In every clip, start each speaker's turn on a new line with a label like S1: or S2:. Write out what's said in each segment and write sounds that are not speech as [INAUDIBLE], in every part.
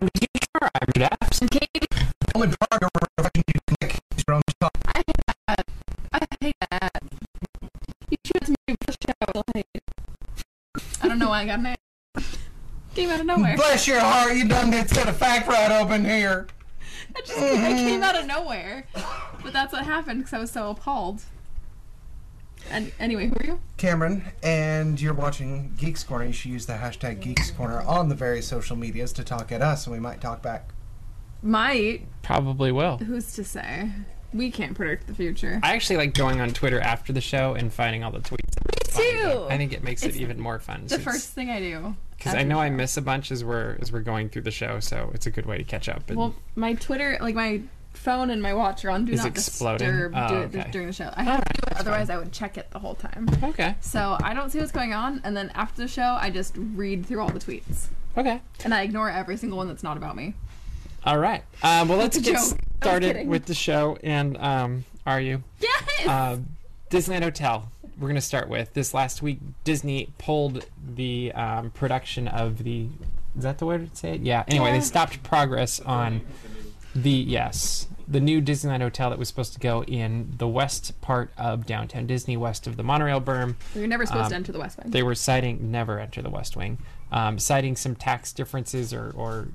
S1: Would you try giraffes?
S2: Katie,
S3: Only Prager fucking you Nick. He's your own son.
S2: I hate that. I hate that. You choose me for the show. I hate it. I don't know why I got an A. Came out of nowhere.
S3: Bless your heart, you done did set a fact right open here.
S2: I just [LAUGHS] I came out of nowhere. But that's what happened because I was so appalled. And anyway, who are you?
S3: Cameron, and you're watching Geeks Corner. You should use the hashtag Geeks Corner on the various social medias to talk at us, and we might talk back.
S2: Might.
S1: Probably will.
S2: Who's to say? We can't predict the future.
S1: I actually like going on Twitter after the show and finding all the tweets.
S2: too.
S1: I think it makes
S2: It's
S1: it even more fun.
S2: The first thing I do.
S1: because I
S2: after
S1: know
S2: the
S1: I
S2: show.
S1: miss a bunch as we're as we're going through the show, so it's a good way to catch up. And
S2: Well, my Twitter, like my phone and my watch are on do
S1: Is
S2: not
S1: exploding?
S2: disturb
S1: Oh,
S2: do
S1: okay.
S2: during the show. I have to do it, otherwise I would check it the whole time.
S1: okay,
S2: So I don't see what's going on, and then after the show, I just read through all the tweets
S1: okay,
S2: and I ignore every single one that's not about me.
S1: all right. Um, well, let's
S2: a
S1: get
S2: joke. I was
S1: started
S2: kidding.
S1: with the show. And um, are you?
S2: Yes.
S1: Uh, Disneyland Hotel. We're gonna start with this last week. Disney pulled the um, production of the. Is that the way to say it? Yeah. Anyway,
S2: Yeah.
S1: they stopped progress on the yes the new Disneyland Hotel that was supposed to go in the west part of downtown Disney, west of the monorail berm.
S2: You're never supposed to
S1: um,
S2: enter the West Wing.
S1: They were citing never enter the West Wing, um, citing some tax differences or or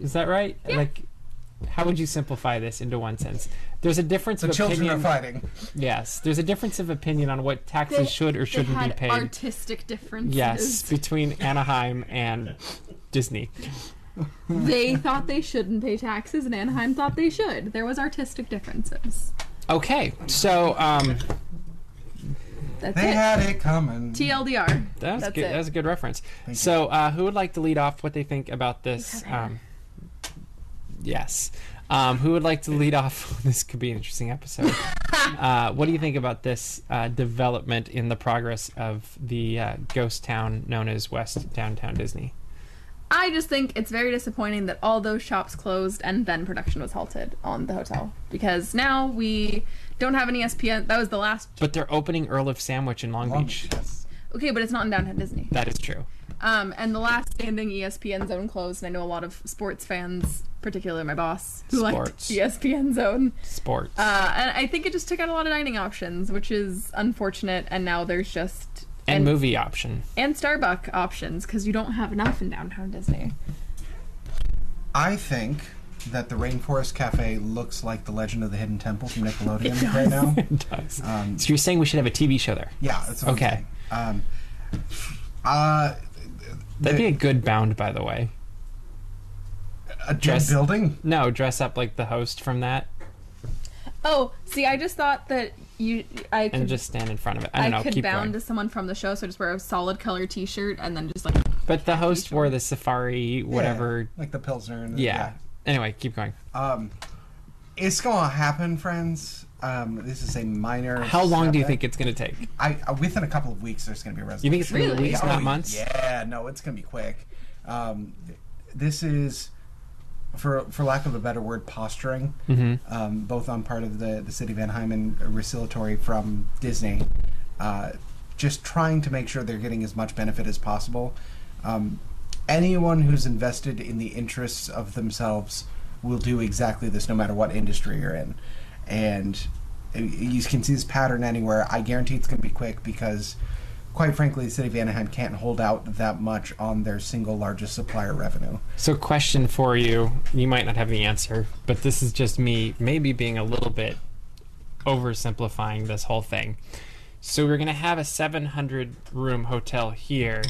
S1: is that right?
S2: Yeah.
S1: Like, how would you simplify this into one sentence? There's a difference
S3: The
S1: of
S3: children
S1: opinion.
S3: are fighting.
S1: Yes, there's a difference of opinion on what taxes
S2: They-
S1: should or shouldn't
S2: they had
S1: be paid.
S2: Artistic differences.
S1: yes, between Anaheim and Disney.
S2: they thought they shouldn't pay taxes, and Anaheim thought they should. There was artistic differences.
S1: Okay, so um,
S2: That's
S3: They
S2: it.
S3: had it coming.
S2: TLDR.
S1: that was
S2: That's
S1: good.
S2: it.
S1: That was a good reference. So, uh, who would like to lead off what they think about this? Um, yes, um, who would like to lead off? [LAUGHS] this could be an
S2: [LAUGHS]
S1: interesting episode. uh, what do you think about this uh, development in the progress of the uh, ghost town known as West Downtown Disney?
S2: I just think it's very disappointing that all those shops closed and then production was halted on the hotel because now we don't have E an ESPN. That was the last.
S1: But they're opening Earl of Sandwich in Long, Beach.
S3: Yes.
S2: Okay, but it's not in downtown Disney.
S1: That is true.
S2: Um, and the last standing E ESPN zone closed. And I know a lot of sports fans, particularly my boss, who liked
S1: Sports.
S2: E ESPN zone.
S1: Sports.
S2: Uh, and I think it just took out a lot of dining options, which is unfortunate. And now there's just
S1: and, movie option. [LAUGHS]
S2: and Starbucks options because you don't have enough in downtown Disney.
S3: I think that the Rainforest Cafe looks like the Legend of the Hidden Temple from Nickelodeon
S2: It
S3: right now.
S1: It does.
S3: Um,
S1: so you're saying we should have a TV show there?
S3: yeah, that's what I'm
S1: Okay.
S3: saying. Um, uh,
S1: That'd be a good bound, by the way.
S3: a dead
S1: Dress-
S3: building?
S1: No, dress up like the host from that
S2: Oh, see, I just thought that you, I could
S1: and just stand in front of it. I
S2: I,
S1: don't know.
S2: could
S1: keep
S2: bound
S1: going.
S2: to someone from the show, so just wear a solid color T-shirt and then just like
S1: But the host wore the safari whatever.
S3: Yeah, like the Pilsner. And the,
S1: Yeah. Anyway, keep going.
S3: Um, it's gonna happen, friends. Um, this is a minor.
S1: How long do you
S3: setback.
S1: think it's going to take?
S3: I, I within a couple of weeks there's going to be a resolution.
S1: You think it's going to be
S2: Really?
S1: weeks,
S3: Oh,
S1: not months?
S3: Yeah, no, it's going to be quick. Um, this is, for for lack of a better word, posturing, um, both on part of the, the city of Anaheim and Recilatory from Disney, uh, just trying to make sure they're getting as much benefit as possible. Um, anyone who's invested in the interests of themselves will do exactly this, no matter what industry you're in, and uh, you can see this pattern anywhere. I guarantee it's going to be quick because quite frankly, the city of Anaheim can't hold out that much on their single largest supplier revenue.
S1: So, question for you. You might not have the answer, but this is just me maybe being a little bit oversimplifying this whole thing. So, we're going to have a 700 room hotel here,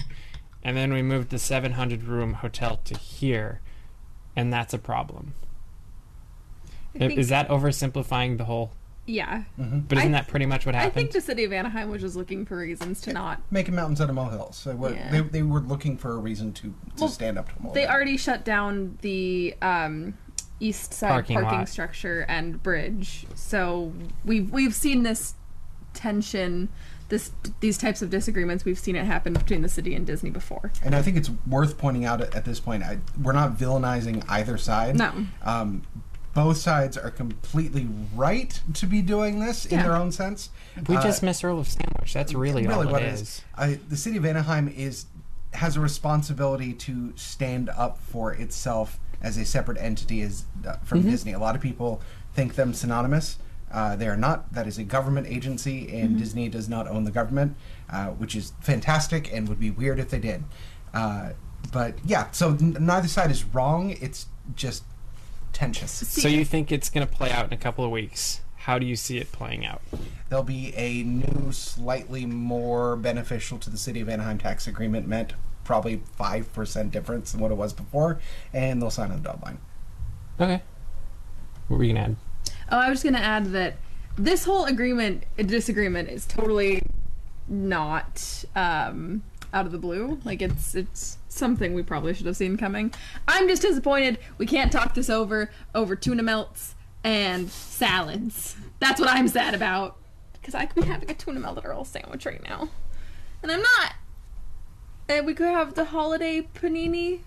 S1: and then we move the 700 room hotel to here, and that's a problem.
S2: I
S1: I-
S2: think,
S1: Is that oversimplifying the whole?
S2: yeah.
S1: But isn't that pretty much what
S2: I
S1: happened?
S2: think the city of Anaheim was just looking for reasons to not.
S3: Making mountains out of molehills. So what,
S2: Yeah.
S3: they, they were looking for a reason to, to
S2: Well,
S3: stand up to molehill.
S2: They already shut down the um, east side
S1: Parking
S2: parking,
S1: lot.
S2: structure and bridge, so we've we've seen this tension, this these types of disagreements. We've seen it happen between the city and Disney before.
S3: And I think it's worth pointing out at, at this point, I, we're not villainizing either side.
S2: No.
S3: Um, both sides are completely right to be doing this in
S2: Yeah.
S3: their own sense.
S1: we
S3: Uh,
S1: just missed Earl of Sandwich. That's really, all
S3: what
S1: it
S3: is.
S1: is.
S3: I, the city of Anaheim is has a responsibility to stand up for itself as a separate entity is uh, from
S1: Mm-hmm.
S3: Disney. A lot of people think them synonymous. Uh, they are not. That is a government agency, and
S1: Mm-hmm.
S3: Disney does not own the government, uh, which is fantastic and would be weird if they did. Uh, but yeah, so n- neither side is wrong. It's just tensions.
S1: So you think it's going to play out in a couple of weeks? How do you see it playing out?
S3: There'll be a new, slightly more beneficial to the city of Anaheim tax agreement meant probably 5% difference than what it was before, and they'll sign on the dotted line.
S1: Okay. What were you going to add?
S2: Oh, I was just gonna add that this whole agreement disagreement is totally not um, out of the blue. Like it's it's something we probably should have seen coming. I'm just disappointed we can't talk this over over tuna melts and salads. That's what I'm sad about because I could be having a tuna melted Earl sandwich right now, and I'm not. And we could have the holiday panini.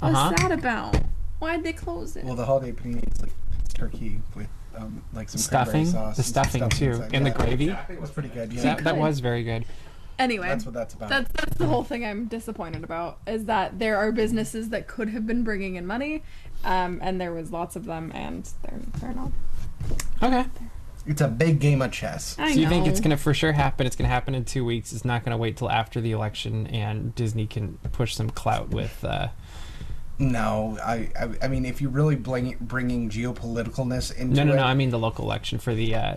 S2: What's
S1: Uh-huh.
S2: that about? Why'd they close it?
S3: Well, the holiday panini is like turkey with um, like some cranberry
S1: Stuffing?
S3: sauce.
S1: The
S3: and some
S1: stuffing, too.
S3: inside.
S1: And the
S3: Yeah,
S1: gravy?
S3: It was pretty good. Yeah,
S1: That, that
S2: Good.
S1: was very good.
S2: anyway,
S3: that's what that's about.
S2: That's that's the whole thing I'm disappointed about is that there are businesses that could have been bringing in money, um, and there was lots of them, and they're they're not.
S1: Okay.
S3: it's a big game of chess.
S2: I
S1: So you
S2: know.
S1: think it's going to for sure happen? It's going to happen in two weeks. It's not going to wait till after the election, and Disney can push some clout with. Uh,
S3: No, I, I, I mean, if you're really bring, bringing geopoliticalness into
S1: no, no,
S3: it,
S1: no. I mean the local election for the. Uh,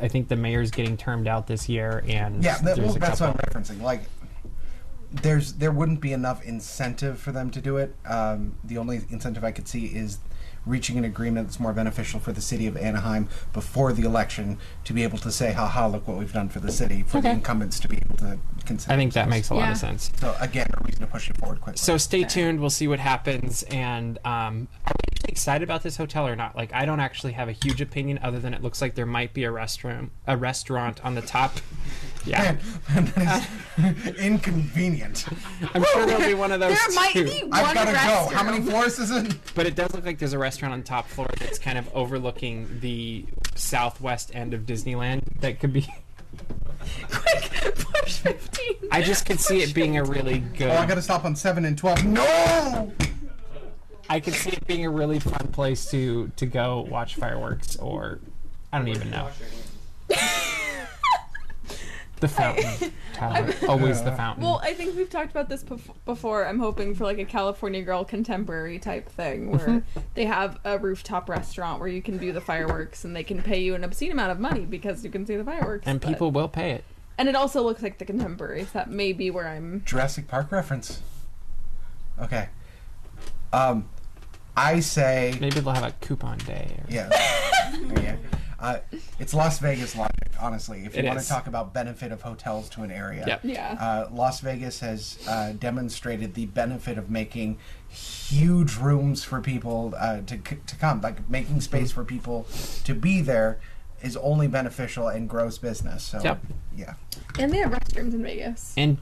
S1: I think the mayor's getting termed out this year, and
S3: yeah, that,
S1: there's
S3: well,
S1: a
S3: that's
S1: couple.
S3: what I'm referencing. Like, there's there wouldn't be enough incentive for them to do it. Um, the only incentive I could see is reaching an agreement that's more beneficial for the city of Anaheim before the election to be able to say, "Ha ha! Look what we've done for the city." For the
S1: Okay.
S3: incumbents to be able to consider.
S1: I think that makes a lot
S2: Yeah.
S1: of sense.
S3: so again a reason to push it forward quickly.
S1: So stay tuned. We'll see what happens. And um, are we actually excited about this hotel or not? Like, I don't actually have a huge opinion, other than it looks like there might be a restaurant, a restaurant on the top. Yeah,
S3: [LAUGHS] that
S1: [LAUGHS]
S3: is inconvenient.
S1: I'm sure there'll be one of those
S2: there might
S1: too.
S2: be one
S3: I've got to
S2: restroom.
S3: go. How
S2: [LAUGHS]
S3: many floors is it?
S1: But it does look like there's a restaurant on top floor that's kind of overlooking the southwest end of Disneyland. That could be.
S2: Quick, push fifteen.
S1: I just could see
S2: [LAUGHS]
S1: it being a really
S3: Oh, I
S1: good.
S3: got to stop on seven and twelve. No.
S1: I could see it being a really fun place to to go watch fireworks or I don't even know. The fountain. Tyler. Always the fountain.
S2: Well, I think we've talked about this bef- before. I'm hoping for like a California Girl contemporary type thing where
S1: Mm-hmm.
S2: they have a rooftop restaurant where you can view the fireworks and they can pay you an obscene amount of money because you can see the fireworks.
S1: and
S2: but-
S1: people will pay it.
S2: and it also looks like the contemporary. So that may be where I'm.
S3: Jurassic Park reference. Okay. Um, I say
S1: Maybe they'll have a coupon day. Or,
S3: yeah. yeah. Uh, it's Las Vegas logic, honestly. If you
S1: It
S3: want to
S1: is.
S3: talk about benefit of hotels to an area,
S1: Yep.
S2: Yeah.
S3: uh, Las Vegas has uh, demonstrated the benefit of making huge rooms for people uh, to c- to come, like making space for people to be there is only beneficial and grows business. So
S1: Yep.
S3: yeah.
S2: And they have restrooms in Vegas.
S1: And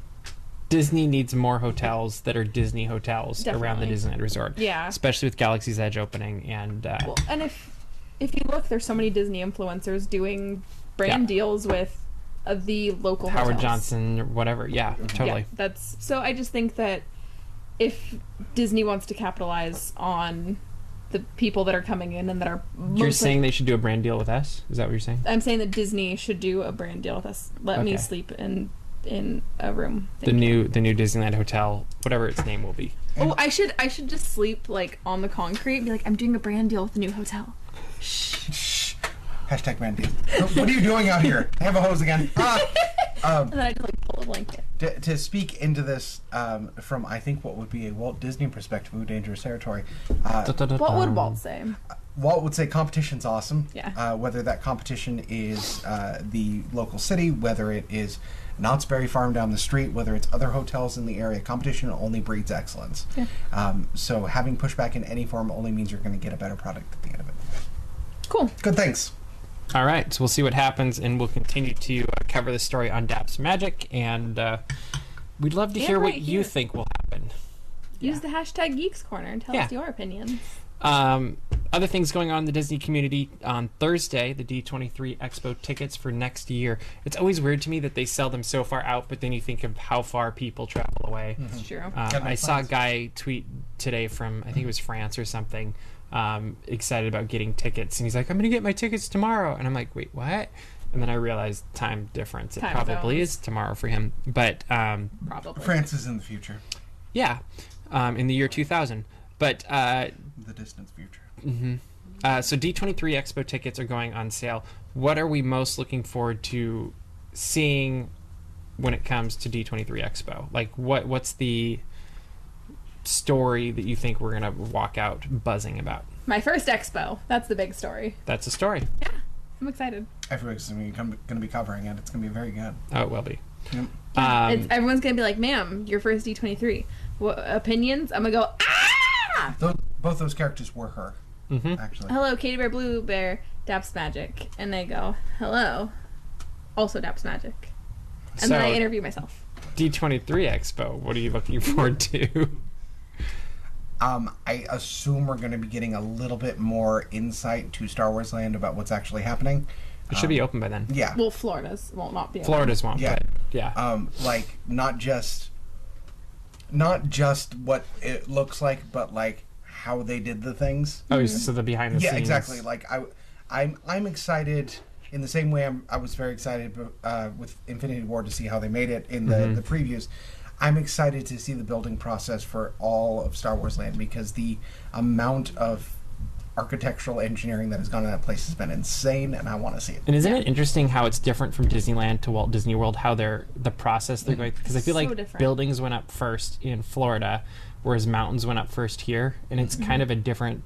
S1: Disney needs more hotels that are Disney hotels around the
S2: Definitely.
S1: Disneyland Resort.
S2: Yeah.
S1: Especially with Galaxy's Edge opening and uh,
S2: Well, and if if you look, there's so many Disney influencers doing brand
S1: Yeah.
S2: deals with uh, the local
S1: Howard
S2: hotels.
S1: Johnson or whatever. Yeah, totally.
S2: Yeah, that's so. I just think that if Disney wants to capitalize on the people that are coming in and that are
S1: You're
S2: mostly-
S1: saying they should do a brand deal with us? Is that what you're saying?
S2: I'm saying that Disney should do a brand deal with us. Let me
S1: Okay.
S2: sleep in in a room.
S1: The new the new Disneyland hotel, whatever its name will be.
S2: Oh, I should I should just sleep like on the concrete and be like, I'm doing a brand deal with the new hotel.
S3: Shh. Hashtag Mandy. what are you doing out here? I have a hose again. Ah!
S2: And then I just like pull a blanket.
S3: to, to speak into this um, from, I think, what would be a Walt Disney perspective, Ooh, dangerous territory. Uh,
S2: What
S1: Um,
S2: would Walt say?
S3: Walt would say competition's awesome.
S2: Yeah.
S3: Uh, whether that competition is uh, the local city, whether it is Knott's Berry Farm down the street, whether it's other hotels in the area, competition only breeds excellence.
S2: Yeah.
S3: Um, so having pushback in any form only means you're going to get a better product at the end of it.
S2: Cool.
S3: Good, thanks.
S1: All right, so we'll see what happens, and we'll continue to uh, cover the story on Daps Magic, and uh, we'd love to
S2: And
S1: hear what
S2: right here.
S1: you think will happen.
S2: Use the hashtag Geeks Corner and tell
S1: Yeah.
S2: us your opinions.
S1: Um, other things going on in the Disney community on Thursday, the D23 Expo tickets for next year. It's always weird to me that they sell them so far out, but then you think of how far people travel away.
S2: It's true.
S1: Um,
S3: Gotta
S1: I
S3: make
S1: saw a
S3: plans.
S1: guy tweet today from I think it was France or something, um, excited about getting tickets, and he's like, "I'm going to get my tickets tomorrow," and I'm like, "Wait, what?" And then I realized time difference. It
S2: Time
S1: probably
S2: zones.
S1: is tomorrow for him, but um,
S2: probably.
S3: France is in the future,
S1: yeah, um, in the year 2000. But uh,
S3: the distant future.
S1: uh, so D23 Expo tickets are going on sale. What are we most looking forward to seeing when it comes to D23 Expo? Like, what what's the story that you think we're gonna walk out buzzing about?
S2: My first expo. That's the big story.
S1: That's a story.
S2: I'm excited.
S3: Everyone's going to be covering it. It's going to be very good.
S1: Oh, it will be.
S3: Yep.
S1: Um,
S2: it's, everyone's gonna be like, "Ma'am, your first D23 Wha opinions." I'm gonna go, "Ah!"
S3: Tho- both those characters were her, actually.
S2: Hello, Katie Bear, Blue Bear, Daps Magic, and they go, "Hello," also Daps Magic, and then I
S1: So-
S2: interview myself.
S1: D23 Expo. What are you looking [LAUGHS] forward to?
S3: Um, I assume we're going to be getting a little bit more insight to Star Wars Land about what's actually happening.
S1: It should be open by then.
S3: Um, Yeah.
S2: Well, Florida's won't not be. open.
S1: Florida's won't.
S3: Yeah.
S1: But yeah.
S3: um, like not just not just what it looks like, but like how they did the things.
S1: oh, so the behind the
S3: yeah,
S1: scenes.
S3: exactly. Like I, I'm I'm excited in the same way I'm, I was very excited uh, with Infinity War to see how they made it in the, the previews. I'm excited to see the building process for all of Star Wars Land because the amount of architectural engineering that has gone in that place has been insane, and I want to see it.
S1: And isn't it interesting how it's different from Disneyland to Walt Disney World? How they're the process they're going because I feel
S2: So
S1: like
S2: different.
S1: buildings went up first in Florida, whereas mountains went up first here, and it's kind of a different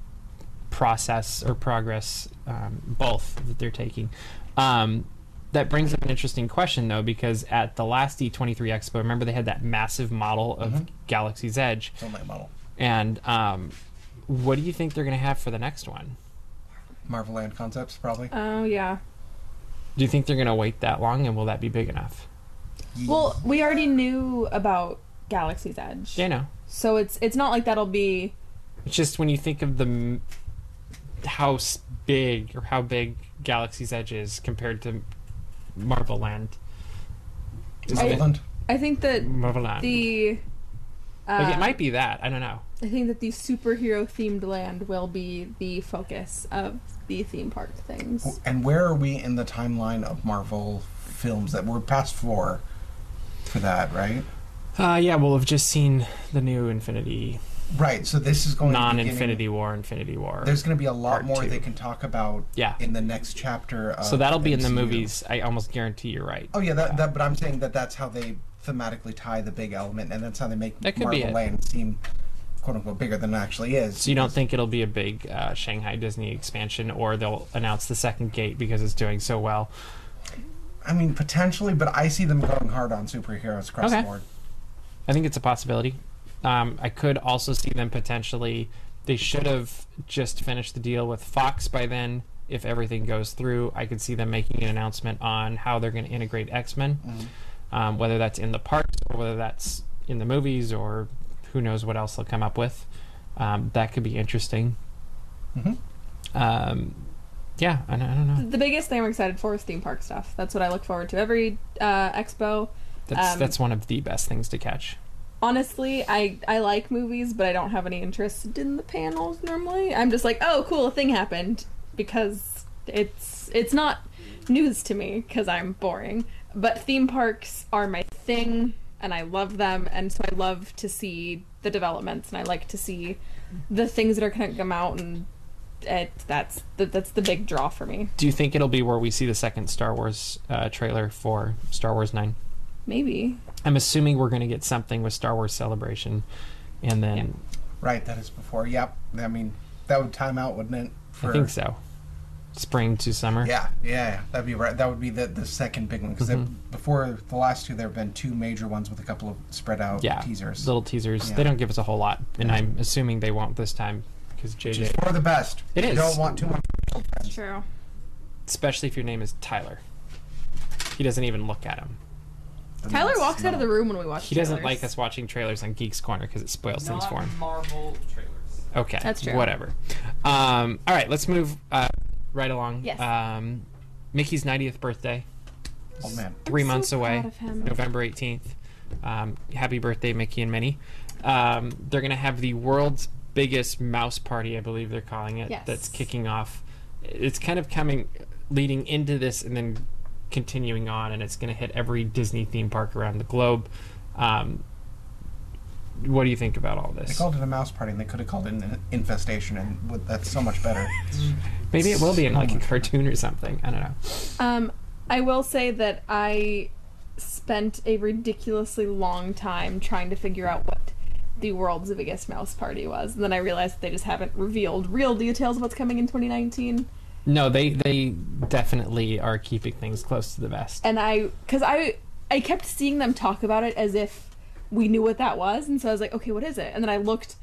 S1: process or progress um, both that they're taking. Um, that brings up an interesting question though, because at the last D23 Expo, remember they had that massive model of Galaxy's Edge,
S3: It's only a model.
S1: and um, what do you think they're going to have for the next one?
S3: Marvel Land Concepts, probably.
S2: Oh yeah.
S1: Do you think they're going to wait that long, and will that be big enough?
S3: Ye-
S2: Well, we already knew about Galaxy's Edge,
S1: Yeah, no.
S2: so it's it's not like that'll be.
S1: It's just when you think of the m- how s- big or how big Galaxy's Edge is compared to Marvel Land. Is
S2: I-
S1: it
S3: Marvel Land.
S2: I think that
S1: Marvel Land?
S2: the. Uh,
S1: like it might be that. I don't know.
S2: I think that the superhero themed land will be the focus of the theme park things.
S3: And where are we in the timeline of Marvel films that we're past four for that, right?
S1: Uh, yeah, we'll have just seen the new Infinity,
S3: Right. So this is going to be getting-
S1: non-Infinity War, Infinity War.
S3: There's going to be a lot
S1: Part
S3: more
S1: two.
S3: they can talk about
S1: Yeah.
S3: in the next chapter. Of
S1: so that'll be in the
S3: MCU.
S1: movies. I almost guarantee you're right.
S3: Oh yeah, that, that. But I'm saying that that's how they thematically tie the big element, and that's how they make
S1: That could be
S3: Marvel
S1: it.
S3: Land seem quote unquote bigger than it actually is.
S1: So you don't think it'll be a big uh, Shanghai Disney expansion, or they'll announce the second gate because it's doing so well.
S3: I mean, potentially, but I see them going hard on superheroes across
S1: Okay.
S3: the board.
S1: I think it's a possibility. Um, I could also see them potentially. They should have just finished the deal with Fox by then. If everything goes through, I could see them making an announcement on how they're going to integrate X Men,
S3: Mm-hmm.
S1: um, whether that's in the parks or whether that's in the movies or who knows what else they'll come up with. Um, that could be interesting.
S3: Mhm.
S1: Um, yeah, I, don't- I don't know.
S2: The biggest thing I'm excited for is theme park stuff. That's what I look forward to every uh, expo.
S1: That's
S2: Um,
S1: that's one of the best things to catch.
S2: Honestly, I, I like movies, but I don't have any interest in the panels normally. I'm just like, oh, cool, a thing happened because it's it's not news to me because I'm boring. But theme parks are my thing, and I love them, and so I love to see the developments, and I like to see the things that are going to come out, and it, that's the, that's the big draw for me.
S1: Do you think it'll be where we see the second Star Wars uh, trailer for Star Wars Nine?
S2: Maybe
S1: I'm assuming we're going to get something with Star Wars Celebration, and then
S3: Right. That is before. Yep. I mean, that would time out, wouldn't it? For
S1: I think so, spring to summer.
S3: Yeah, yeah, yeah, that'd be right. That would be the, the second big one because
S1: Mm-hmm.
S3: before the last two, there have been two major ones with a couple of spread out
S1: Yeah,
S3: teasers.
S1: little teasers.
S3: Yeah.
S1: They don't give us a whole lot, and I'm assuming they won't this time because JJ,
S3: Just for the best.
S1: It
S3: You
S1: is.
S3: Don't want too much.
S2: true.
S1: especially if your name is Tyler, he doesn't even look at him.
S2: Tyler walks out of the room when we watch.
S1: He doesn't
S2: trailers.
S1: like us watching trailers on Geeks Corner because it spoils things for him.
S4: Marvel trailers.
S1: Okay.
S2: That's true.
S1: Whatever. Um, all right, let's move uh, right along.
S2: Yes.
S1: Um, Mickey's 90th birthday,
S3: Oh man.
S1: three
S2: I'm so
S1: months away,
S2: proud of him.
S1: November 18th. Um, happy birthday, Mickey and Minnie. Um, they're going to have the world's biggest mouse party, I believe they're calling it,
S2: Yes.
S1: that's kicking off. It's kind of coming, leading into this and then continuing on, and it's going to hit every Disney theme park around the globe. Um, what do you think about all
S3: They
S1: this?
S3: called it a mouse party, and they could have called it an infestation, and would, that's so much
S1: [LAUGHS]
S3: better.
S1: Maybe it will be in like a
S3: much
S1: cartoon or something. I don't know.
S2: Um, I will say that I spent a ridiculously long time trying to figure out what the world's biggest mouse party was, and then I realized they just haven't revealed real details of what's coming in 2019.
S1: No, they they definitely are keeping things close to the vest.
S2: And I, because I, I kept seeing them talk about it as if we knew what that was, and so I was like, okay, what is it? And then I looked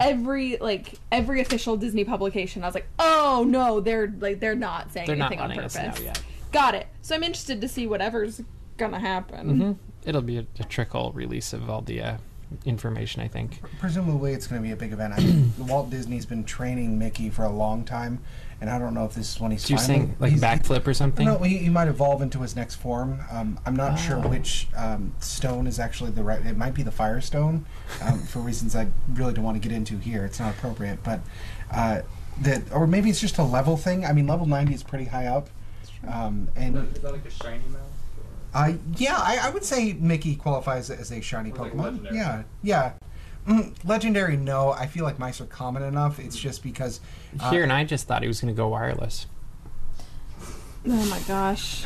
S2: every like every official Disney publication. I was like, oh no, they're like they're not saying
S1: They're not
S2: anything
S1: letting
S2: on
S1: us
S2: purpose.
S1: know yet.
S2: Got it. So I'm interested to see whatever's gonna happen.
S1: It'll be a, a trickle release of all the uh, information, I think.
S3: Presumably, it's going to be a big event. I mean, Walt Disney's been training Mickey for a long time, and I don't know if this is when he's.
S1: Do you
S3: finally,
S1: sing like
S3: he's-
S1: backflip or something?
S3: No, he, he might evolve into his next form. Um, I'm not sure which um, stone is actually the right. It might be the fire stone, um, for reasons I really don't want to get into here. It's not appropriate, but uh, that or maybe it's just a level thing. I mean, level 90 is pretty high up, um, and
S5: Is that like a shiny mouse?
S3: I yeah, I, I would say Mickey qualifies as a shiny
S5: Or like
S3: Pokemon.
S5: legendary.
S3: yeah, yeah. Mm, legendary, no. I feel like mice are common enough. It's just because uh,
S1: Here and I just thought he was going to go wireless.
S2: Oh my gosh.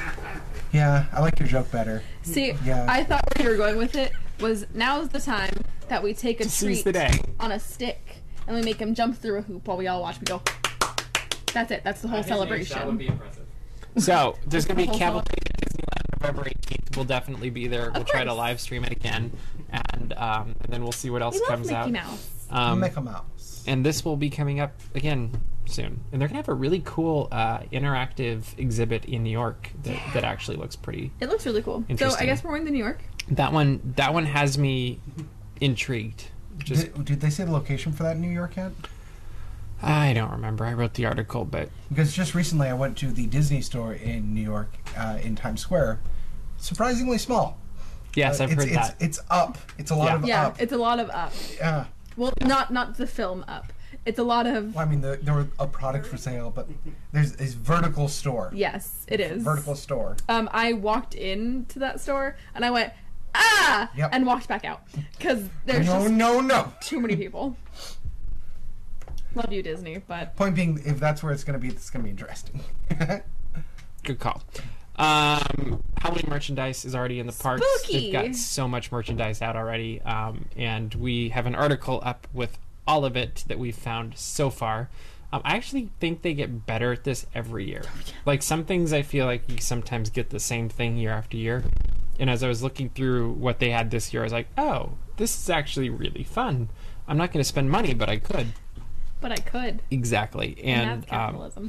S3: yeah, I like your joke better.
S2: See,
S3: Yeah.
S2: I thought where you were going with it was now's the time that we take a treat
S1: Seize the day.
S2: on a stick and we make him jump through a hoop while we all watch. We go. That's it. That's the whole
S5: That would
S2: celebration.
S5: be impressive.
S1: So there's going to be
S2: Whole
S1: cavalcade at Disneyland November 18th. We'll definitely be there. We'll try to
S2: course.
S1: live stream it again, and um, and then we'll see what else
S2: We love
S1: comes
S2: Mickey
S1: out.
S2: Mouse.
S1: Um,
S3: Make a mouse.
S1: and this will be coming up again soon. And they're gonna have a really cool uh, interactive exhibit in New York that, that actually looks pretty.
S2: It looks really cool. So I
S1: Interesting.
S2: guess we're going to New York.
S1: That one that one has me intrigued. Just
S3: did, did they say the location for that in New York yet?
S1: I don't remember. I wrote the article, but
S3: Because just recently I went to the Disney store in New York uh, in Times Square. Surprisingly small.
S1: yes,
S3: Uh,
S1: I've
S3: it's,
S1: heard
S3: it's,
S1: that.
S3: It's up. It's a lot
S1: Yeah.
S3: of
S2: Yeah,
S3: up.
S2: it's a lot of up.
S3: yeah.
S2: Well, not not the film up. It's a lot of
S3: Well, I mean, the, there were a product for sale, but there's this vertical store.
S2: yes. It is
S3: Vertical store.
S2: um, I walked into that store and I went ah
S3: Yep.
S2: and walked back out because there's
S3: No,
S2: just
S3: no, no.
S2: too many people. Love you, Disney, but
S3: Point being, if that's where it's going to be, it's going to be interesting. [LAUGHS]
S1: Good call. Um, Halloween merchandise is already in the parks.
S2: Spooky.
S1: They've got so much merchandise out already, um, and we have an article up with all of it that we've found so far. Um, I actually think they get better at this every year.
S2: Oh,
S1: Like some things, I feel like you sometimes get the same thing year after year. And as I was looking through what they had this year, I was like, "Oh, this is actually really fun." I'm not going to spend money, but I could.
S2: but I could.
S1: Exactly,
S2: And
S1: and
S2: that's
S1: um,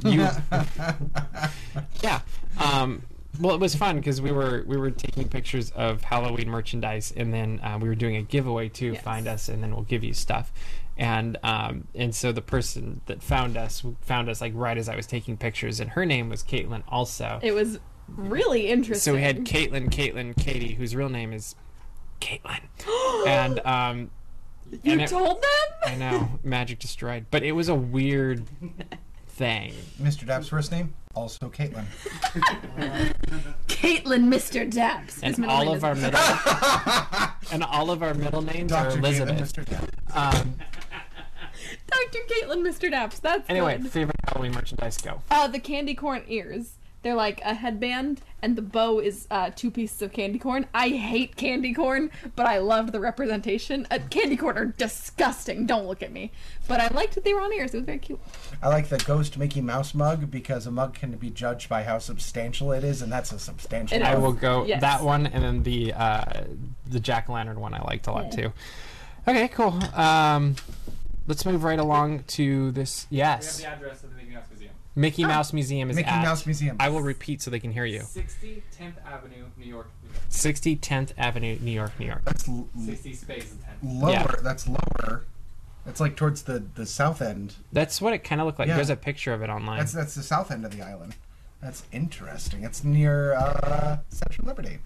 S2: capitalism.
S1: you yeah. Um, well, it was fun because we were we were taking pictures of Halloween merchandise, and then uh, we were doing a giveaway to
S2: Yes.
S1: find us, and then we'll give you stuff. And um, and so the person that found us found us like right as I was taking pictures, and her name was Caitlin also.
S2: it was really interesting.
S1: so we had Caitlin, Caitlin, Katie, whose real name is Caitlin,
S2: [GASPS]
S1: and um,
S2: you
S1: and it-
S2: told them.
S1: I know magic destroyed, but it was a weird thing.
S3: Mr. Dapp's first name, also Caitlin.
S2: [LAUGHS] Caitlin, Mr. Daps. His
S1: and
S2: middle
S1: all
S2: name
S1: of
S2: is-
S1: our middle
S2: [LAUGHS]
S1: [LAUGHS] and all of our middle names are
S3: Dr. Caitlin,
S1: Elizabeth.
S3: Mr. Dapp.
S1: Um,
S2: Dr. Caitlin, Mr. Daps. That's
S1: anyway,
S2: good.
S1: favorite Halloween merchandise go.
S2: Uh, the candy corn ears. They're like a headband, and the bow is uh, two pieces of candy corn. I hate candy corn, but I loved the representation. Uh, candy corn are disgusting. Don't look at me. But I liked that they were on ears. It was very cute.
S3: I like the Ghost Mickey Mouse mug because a mug can be judged by how substantial it is, and that's a substantial.
S2: It
S1: I
S2: is.
S1: will go
S2: Yes.
S1: that one and then the uh, the jack o' lantern one I liked a lot too. Okay, cool. Um, let's move right along to this.
S5: We have
S1: Yes,
S5: the address of the Mickey Mouse Museum.
S1: Mickey
S2: Ah.
S1: Mouse Museum is
S3: Mickey
S1: at.
S3: Mouse Museum.
S1: I will repeat so they can hear you.
S5: 60 10th Avenue, New York, New York.
S1: 60 10th Avenue, New York, New York.
S3: That's l- l-
S5: Sixty space and 10.
S3: lower.
S1: Yeah.
S3: That's lower. That's It's like towards the the south end.
S1: That's what it kind of looked like.
S3: Yeah.
S1: There's a picture of it online.
S3: That's that's the south end of the island. That's interesting. It's near uh, Central Liberty.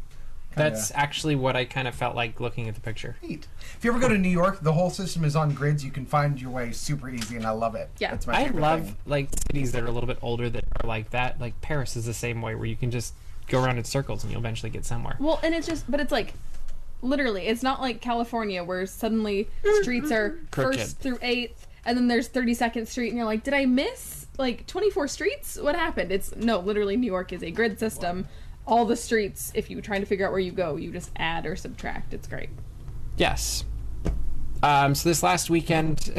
S3: Kinda
S1: That's actually what I kind of felt like looking at the picture.
S3: neat. If you ever go to New York, the whole system is on grids. You can find your way super easy, and I love it.
S4: Yeah.
S3: That's my
S1: I
S3: favorite
S1: love [LAUGHS]
S3: thing. [LAUGHS]
S1: like cities that are a little bit older that are like that. Like Paris is the same way, where you can just go around in circles and you'll eventually get somewhere.
S4: Well, and it's just, but it's like, literally, it's not like California where suddenly
S3: Mm,
S4: streets are
S1: Crooked.
S4: first through eighth, and then there's 32nd Street, and you're like, did I miss like 24 streets? What happened? It's no, literally, New York is a grid system. All the streets, if you're trying to figure out where you go, you just add or subtract. It's great.
S1: Yes. Um, so this last weekend,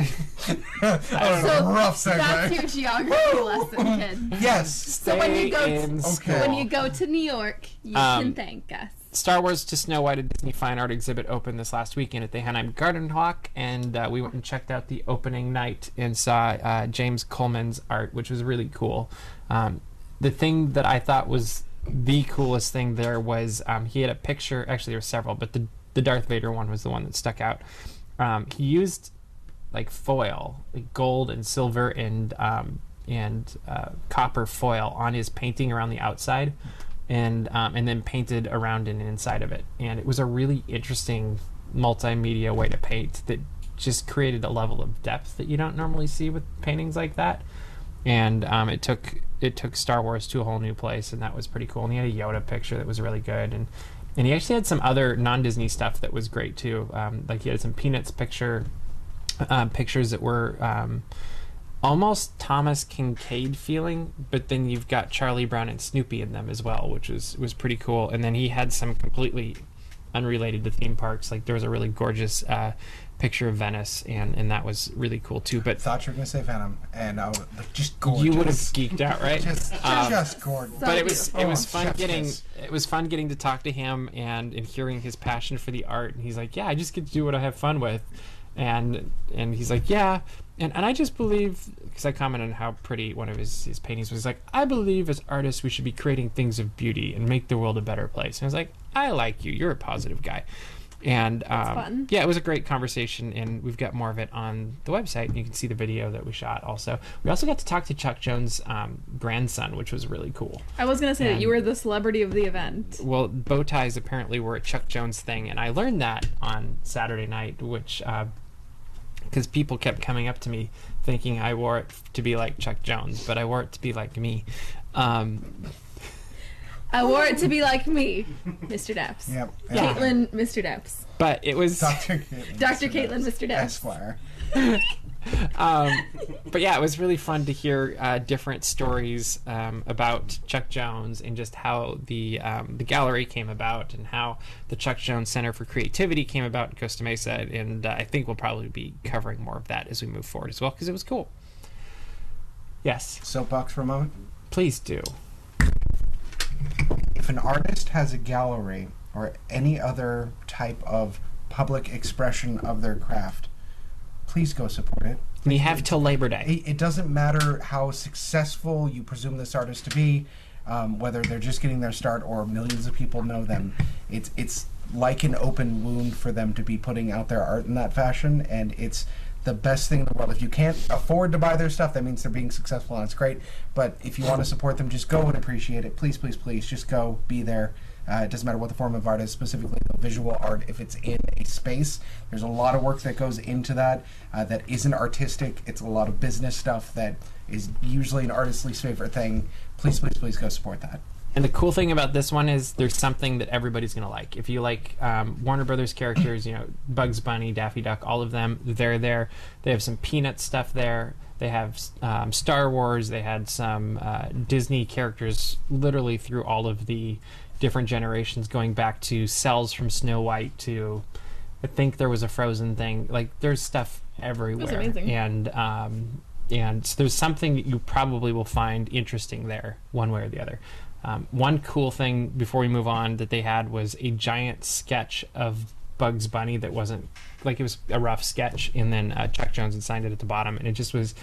S1: [LAUGHS]
S3: That was a rough
S2: That's
S3: segue.
S2: your geography
S3: [LAUGHS]
S2: lesson, kid.
S3: Yes.
S4: So when you go
S1: stay
S4: to-
S1: in
S3: Okay.
S4: When
S1: school.
S4: you go to New York, you
S1: Um,
S4: can thank us.
S1: Star Wars to Snow White, a Disney fine art exhibit opened this last weekend at the Hanheim Garden Hawk, and uh, we went and checked out the opening night and saw uh, James Coleman's art, which was really cool. Um, the thing that I thought was the coolest thing there was um, he had a picture. Actually, there were several, but the the Darth Vader one was the one that stuck out. Um, he used like foil, like gold and silver and um, and uh, copper foil on his painting around the outside, and um, and then painted around and inside of it. And it was a really interesting multimedia way to paint that just created a level of depth that you don't normally see with paintings like that. And um, it took it took Star Wars to a whole new place, and that was pretty cool. And he had a Yoda picture that was really good, and and he actually had some other non Disney stuff that was great too. Um, like he had some Peanuts picture um, pictures that were um, almost Thomas Kincaid feeling, but then you've got Charlie Brown and Snoopy in them as well, which was was pretty cool. And then he had some completely unrelated to theme parks. Like there was a really gorgeous uh, picture of Venice, and and that was really cool too. But
S3: Thought you were gonna say Venom, and I was like, just gorgeous.
S1: you would have geeked out, right?
S3: just,
S4: Um,
S3: just gorgeous.
S1: but it was it
S3: Oh,
S1: was fun
S3: chef's
S1: getting
S3: kiss.
S1: it was fun getting to talk to him and and hearing his passion for the art and he's like yeah I just get to do what I have fun with and and he's like yeah and and I just believe because I commented on how pretty one of his his paintings was he's like I believe as artists we should be creating things of beauty and make the world a better place and I was like I like you you're a positive guy and um,
S4: fun.
S1: yeah, it was a great conversation, and we've got more of it on the website. And you can see the video that we shot. Also, we also got to talk to Chuck Jones' um, grandson, which was really cool.
S4: I was gonna say that you
S1: and-
S4: were the celebrity of the event.
S1: Well, bow ties apparently were a Chuck Jones thing, and I learned that on Saturday night, which because people kept coming up to me thinking I wore it f- to be like Chuck Jones, but I wore it to be like me. Um,
S4: I wore it to be like me, Mr. Depps.
S3: Yep.
S1: Yeah.
S4: Caitlin, Mr. Depps.
S1: but it was,
S3: Doctor Caitlin.
S4: Dr. Caitlin, Mr. Depps.
S3: Esquire.
S1: um, but yeah, it was really fun to hear uh, different stories um, about Chuck Jones and just how the um, the gallery came about and how the Chuck Jones Center for Creativity came about in Costa Mesa, and uh, I think we'll probably be covering more of that as we move forward as well because it was cool. Yes.
S3: Soapbox for a moment.
S1: Please do.
S3: if an artist has a gallery or any other type of public expression of their craft, please go support it.
S1: We have till Labor Day.
S3: It, it doesn't matter how successful you presume this artist to be, um, whether they're just getting their start or millions of people know them. It's it's like an open wound for them to be putting out their art in that fashion, and it's the best thing in the world. If you can't afford to buy their stuff, that means they're being successful, and it's great. But if you want to support them, just go and appreciate it. Please, please, please, just go, be there. Uh, it doesn't matter what the form of art is, specifically the visual art. If it's in a space, there's a lot of work that goes into that uh, that isn't artistic. It's a lot of business stuff that is usually an artist's least favorite thing. Please, please, please go support that.
S1: And the cool thing about this one is there's something that everybody's gonna like. If you like um, Warner Brothers characters, you know Bugs Bunny, Daffy Duck, all of them, they're there. They have some Peanut stuff there. They have um, Star Wars. They had some uh, Disney characters, literally through all of the different generations, going back to cells from Snow White to, I think there was a Frozen thing. Like there's stuff everywhere.
S4: amazing.
S1: And um, and so there's something that you probably will find interesting there, one way or the other. Um, one cool thing before we move on that they had was a giant sketch of Bugs Bunny that wasn't like it was a rough sketch, and then uh, Chuck Jones had signed it at the bottom, and it just was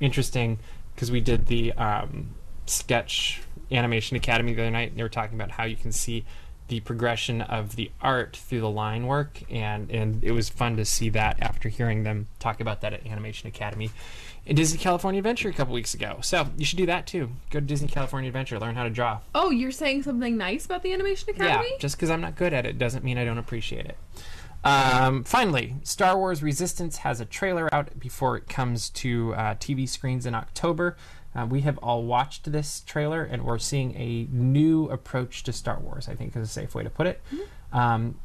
S1: interesting because we did the um, sketch animation academy the other night, and they were talking about how you can see the progression of the art through the line work, and and it was fun to see that after hearing them talk about that at Animation Academy, in Disney California Adventure a couple weeks ago. So you should do that too. Go to Disney California Adventure, learn how to draw.
S2: Oh, you're saying something nice about the Animation
S1: Yeah,
S2: Academy?
S1: just because I'm not good at it doesn't mean I don't appreciate it. Um, finally, Star Wars Resistance has a trailer out before it comes to uh, TV screens in October. Uh, we have all watched this trailer and we're seeing a new approach to Star Wars, I think is a safe way to put it. Um,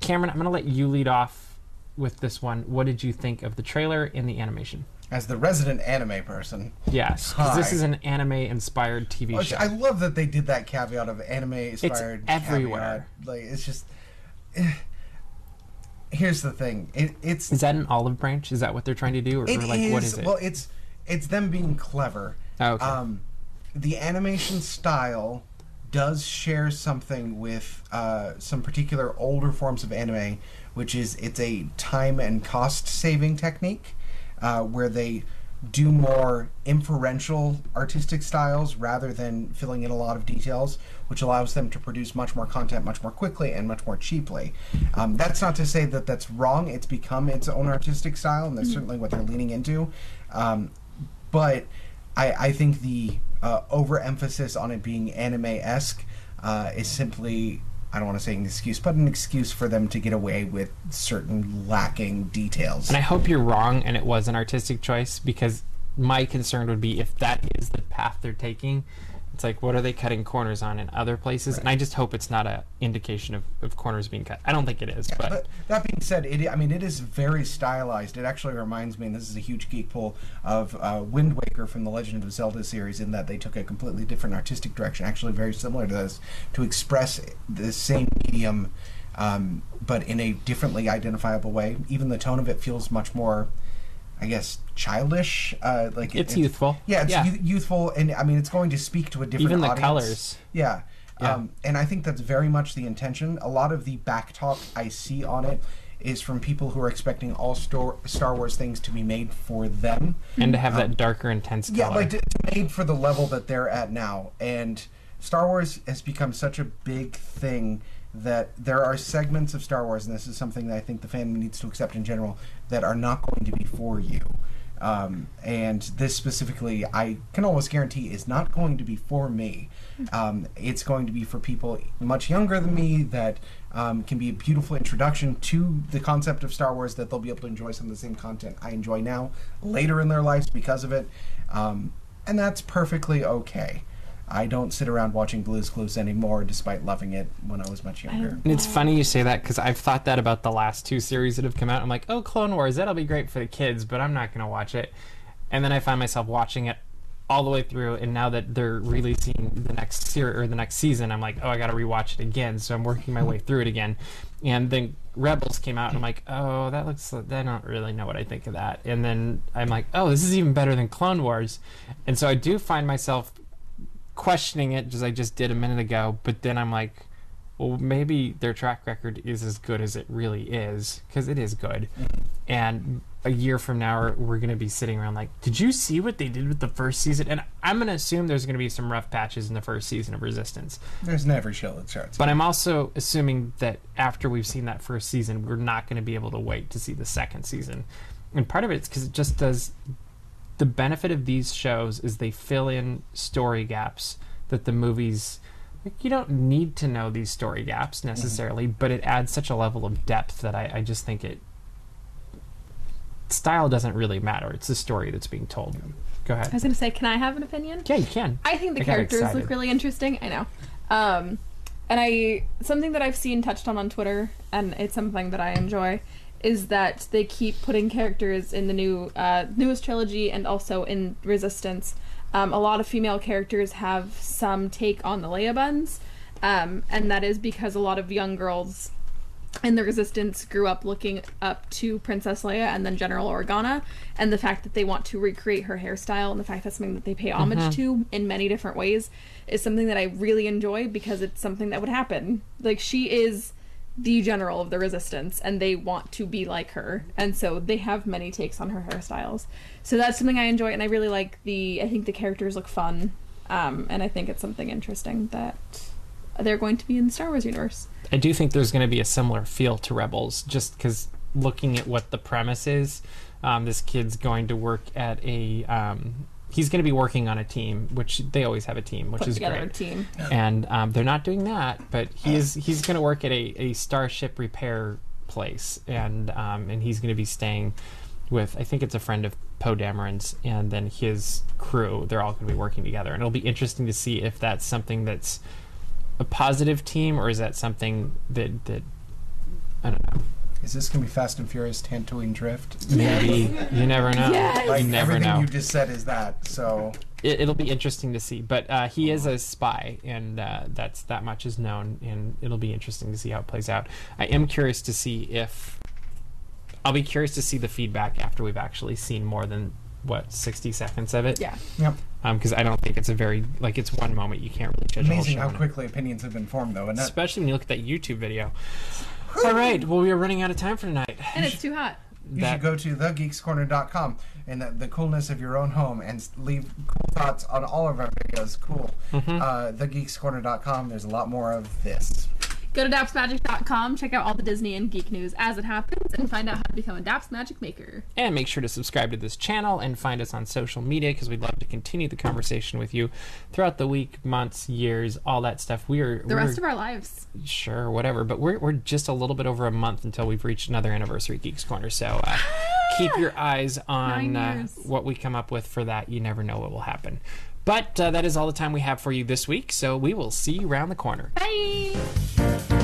S1: Cameron, I'm going to let you lead off with this one. What did you think of the trailer and the animation?
S3: As the resident anime person,
S1: Yes, 'cause this
S3: Hi.
S1: is an anime inspired TV
S3: Which
S1: show.
S3: I love that they did that caveat of anime inspired.
S1: everywhere.
S3: Caveat. Like it's just. eh, Here's the thing. It, it's
S1: is that an olive branch? Is that what they're trying to do? Or,
S3: It
S1: or
S3: is
S1: like, what is it?
S3: Well, it's it's them being clever.
S1: Oh, okay.
S3: Um, the animation style does share something with uh, some particular older forms of anime, which is it's a time and cost saving technique uh, where they do more inferential artistic styles rather than filling in a lot of details, which allows them to produce much more content much more quickly and much more cheaply. Um, that's not to say that that's wrong. It's become its own artistic style, and that's certainly what they're leaning into. Um, but I, I think the uh, overemphasis on it being anime esque uh, is simply, I don't want to say an excuse, but an excuse for them to get away with certain lacking details.
S1: And I hope you're wrong and it was an artistic choice because my concern would be if that is the path they're taking, it's like what are they cutting corners on in other places? And I just hope it's not a indication of, of corners being cut. I don't think it is, but,
S3: But that being said, it, I mean, it is very stylized. It actually reminds me, and this is a huge geek pull, of uh, Wind Waker from the Legend of Zelda series, in that they took a completely different artistic direction, actually very similar to this, to express the same medium, um, but in a differently identifiable way. Even the tone of it feels much more, I guess, childish. Uh, like it-
S1: it's youthful.
S3: Yeah, it's
S1: yeah.
S3: youth- youthful, and I mean, it's going to speak to a different
S1: Even the
S3: audience.
S1: colors.
S3: Yeah.
S1: Yeah.
S3: Um, and I think that's very much the intention. A lot of the back talk I see on it is from people who are expecting all Star, Star Wars things to be made for them.
S1: and to have that darker, intense
S3: Mm, um, Yeah,
S1: color.
S3: like to, to made for the level that they're at now. And Star Wars has become such a big thing that there are segments of Star Wars, and this is something that I think the fandom needs to accept in general, that are not going to be for you. Um, and this specifically, I can almost guarantee, is not going to be for me. Um, it's going to be for people much younger than me that um, can be a beautiful introduction to the concept of Star Wars that they'll be able to enjoy some of the same content I enjoy now later in their lives because of it. Um, and that's perfectly okay. I don't sit around watching Blues Clues anymore, despite loving it when I was much younger.
S1: and it's funny you say that because I've thought that about the last two series that have come out. I'm like, oh, Clone Wars, that'll be great for the kids, but I'm not going to watch it. And then I find myself watching it all the way through. And now that they're releasing the next series or the next season, I'm like, oh, I got to rewatch it again. So I'm working my way through it again. And then Rebels came out, and I'm like, oh, that looks. I don't really know what I think of that. And then I'm like, oh, this is even better than Clone Wars. And so I do find myself questioning it as I just did a minute ago, but then I'm like, well, maybe their track record is as good as it really is because it is good. And a year from now, we're- we're going to be sitting around like, did you see what they did with the first season? And I'm going to assume there's going to be some rough patches in the first season of Resistance.
S3: There's never show that starts.
S1: But I'm also assuming that after we've seen that first season, we're not going to be able to wait to see the second season. And part of it's because it just does. The benefit of these shows is they fill in story gaps that the movies. Like, you don't need to know these story gaps necessarily, but it adds such a level of depth that I, I just think it. Style doesn't really matter. It's the story that's being told. Go
S4: I
S1: ahead.
S4: was gonna say, can I have an opinion?
S1: Yeah, you can.
S4: I think the
S1: I got
S4: characters
S1: excited.
S4: look really interesting. I know. Um, and I something that I've seen touched on on Twitter, and it's something that I enjoy, is that they keep putting characters in the new uh, newest trilogy and also in Resistance. Um, a lot of female characters have some take on the Leia buns, um, and that is because a lot of young girls in the resistance grew up looking up to princess leia and then general organa and the fact that they want to recreate her hairstyle and the fact that's something that they pay homage to in many different ways is something that i really enjoy because it's something that would happen like she is the general of the resistance and they want to be like her and so they have many takes on her hairstyles so that's something i enjoy and i really like the i think the characters look fun um, and i think it's something interesting that they're going to be in the Star Wars universe.
S1: I do think there's going to be a similar feel to Rebels, just because looking at what the premise is, um, this kid's going to work at a. Um, he's going to be working on a team, which they always have a team, which
S4: Put
S1: is
S4: together
S1: great.
S4: a team.
S1: And um, they're not doing that, but he
S3: Uh.
S1: is. He's going to work at a, a starship repair place, and um, and he's going to be staying with I think it's a friend of Poe Dameron's, and then his crew. They're all going to be working together, and it'll be interesting to see if that's something that's a positive team, or is that something that that I don't know?
S3: Is this gonna be Fast and Furious Tatooine Drift?
S1: Maybe you never know.
S4: Yes.
S3: Like
S1: You never
S3: everything
S1: know.
S3: you just said is that. So
S1: It, it'll be interesting to see, but uh, he is a spy, and uh, that's that much is known, and it'll be interesting to see how it plays out. I am curious to see if I'll be curious to see the feedback after we've actually seen more than what sixty seconds of it.
S4: Yeah.
S3: yep.
S1: because I don't think it's a very like it's one moment you can't really judge. a whole
S3: amazing
S1: show
S3: how
S1: on it.
S3: quickly opinions have been formed though, and that
S1: Especially when you look at that YouTube video. All right, well we are running out of time for tonight.
S2: and it's too hot.
S3: You
S1: That-
S3: should go to thegeekscorner.com and the, the coolness of your own home and s- leave cool thoughts on all of our videos. Cool.
S1: Mm-hmm.
S3: Uh, thegeekscorner.com. There's a lot more of this.
S4: Go to dapsmagic.com, check out all the Disney and geek news as it happens, and find out how to become a Daps Magic Maker.
S1: And make sure to subscribe to this channel and find us on social media because we'd love to continue the conversation with you throughout the week, months, years, all that stuff. We're
S4: The rest of our lives.
S1: sure whatever, but we're we're just a little bit over a month until we've reached another anniversary Geeks Corner. So uh, keep your eyes on
S4: Ah, Nine
S1: uh,
S4: years.
S1: what we come up with for that. You never know what will happen. But uh, that is all the time we have for you this week. So we will see you around the corner.
S4: Bye!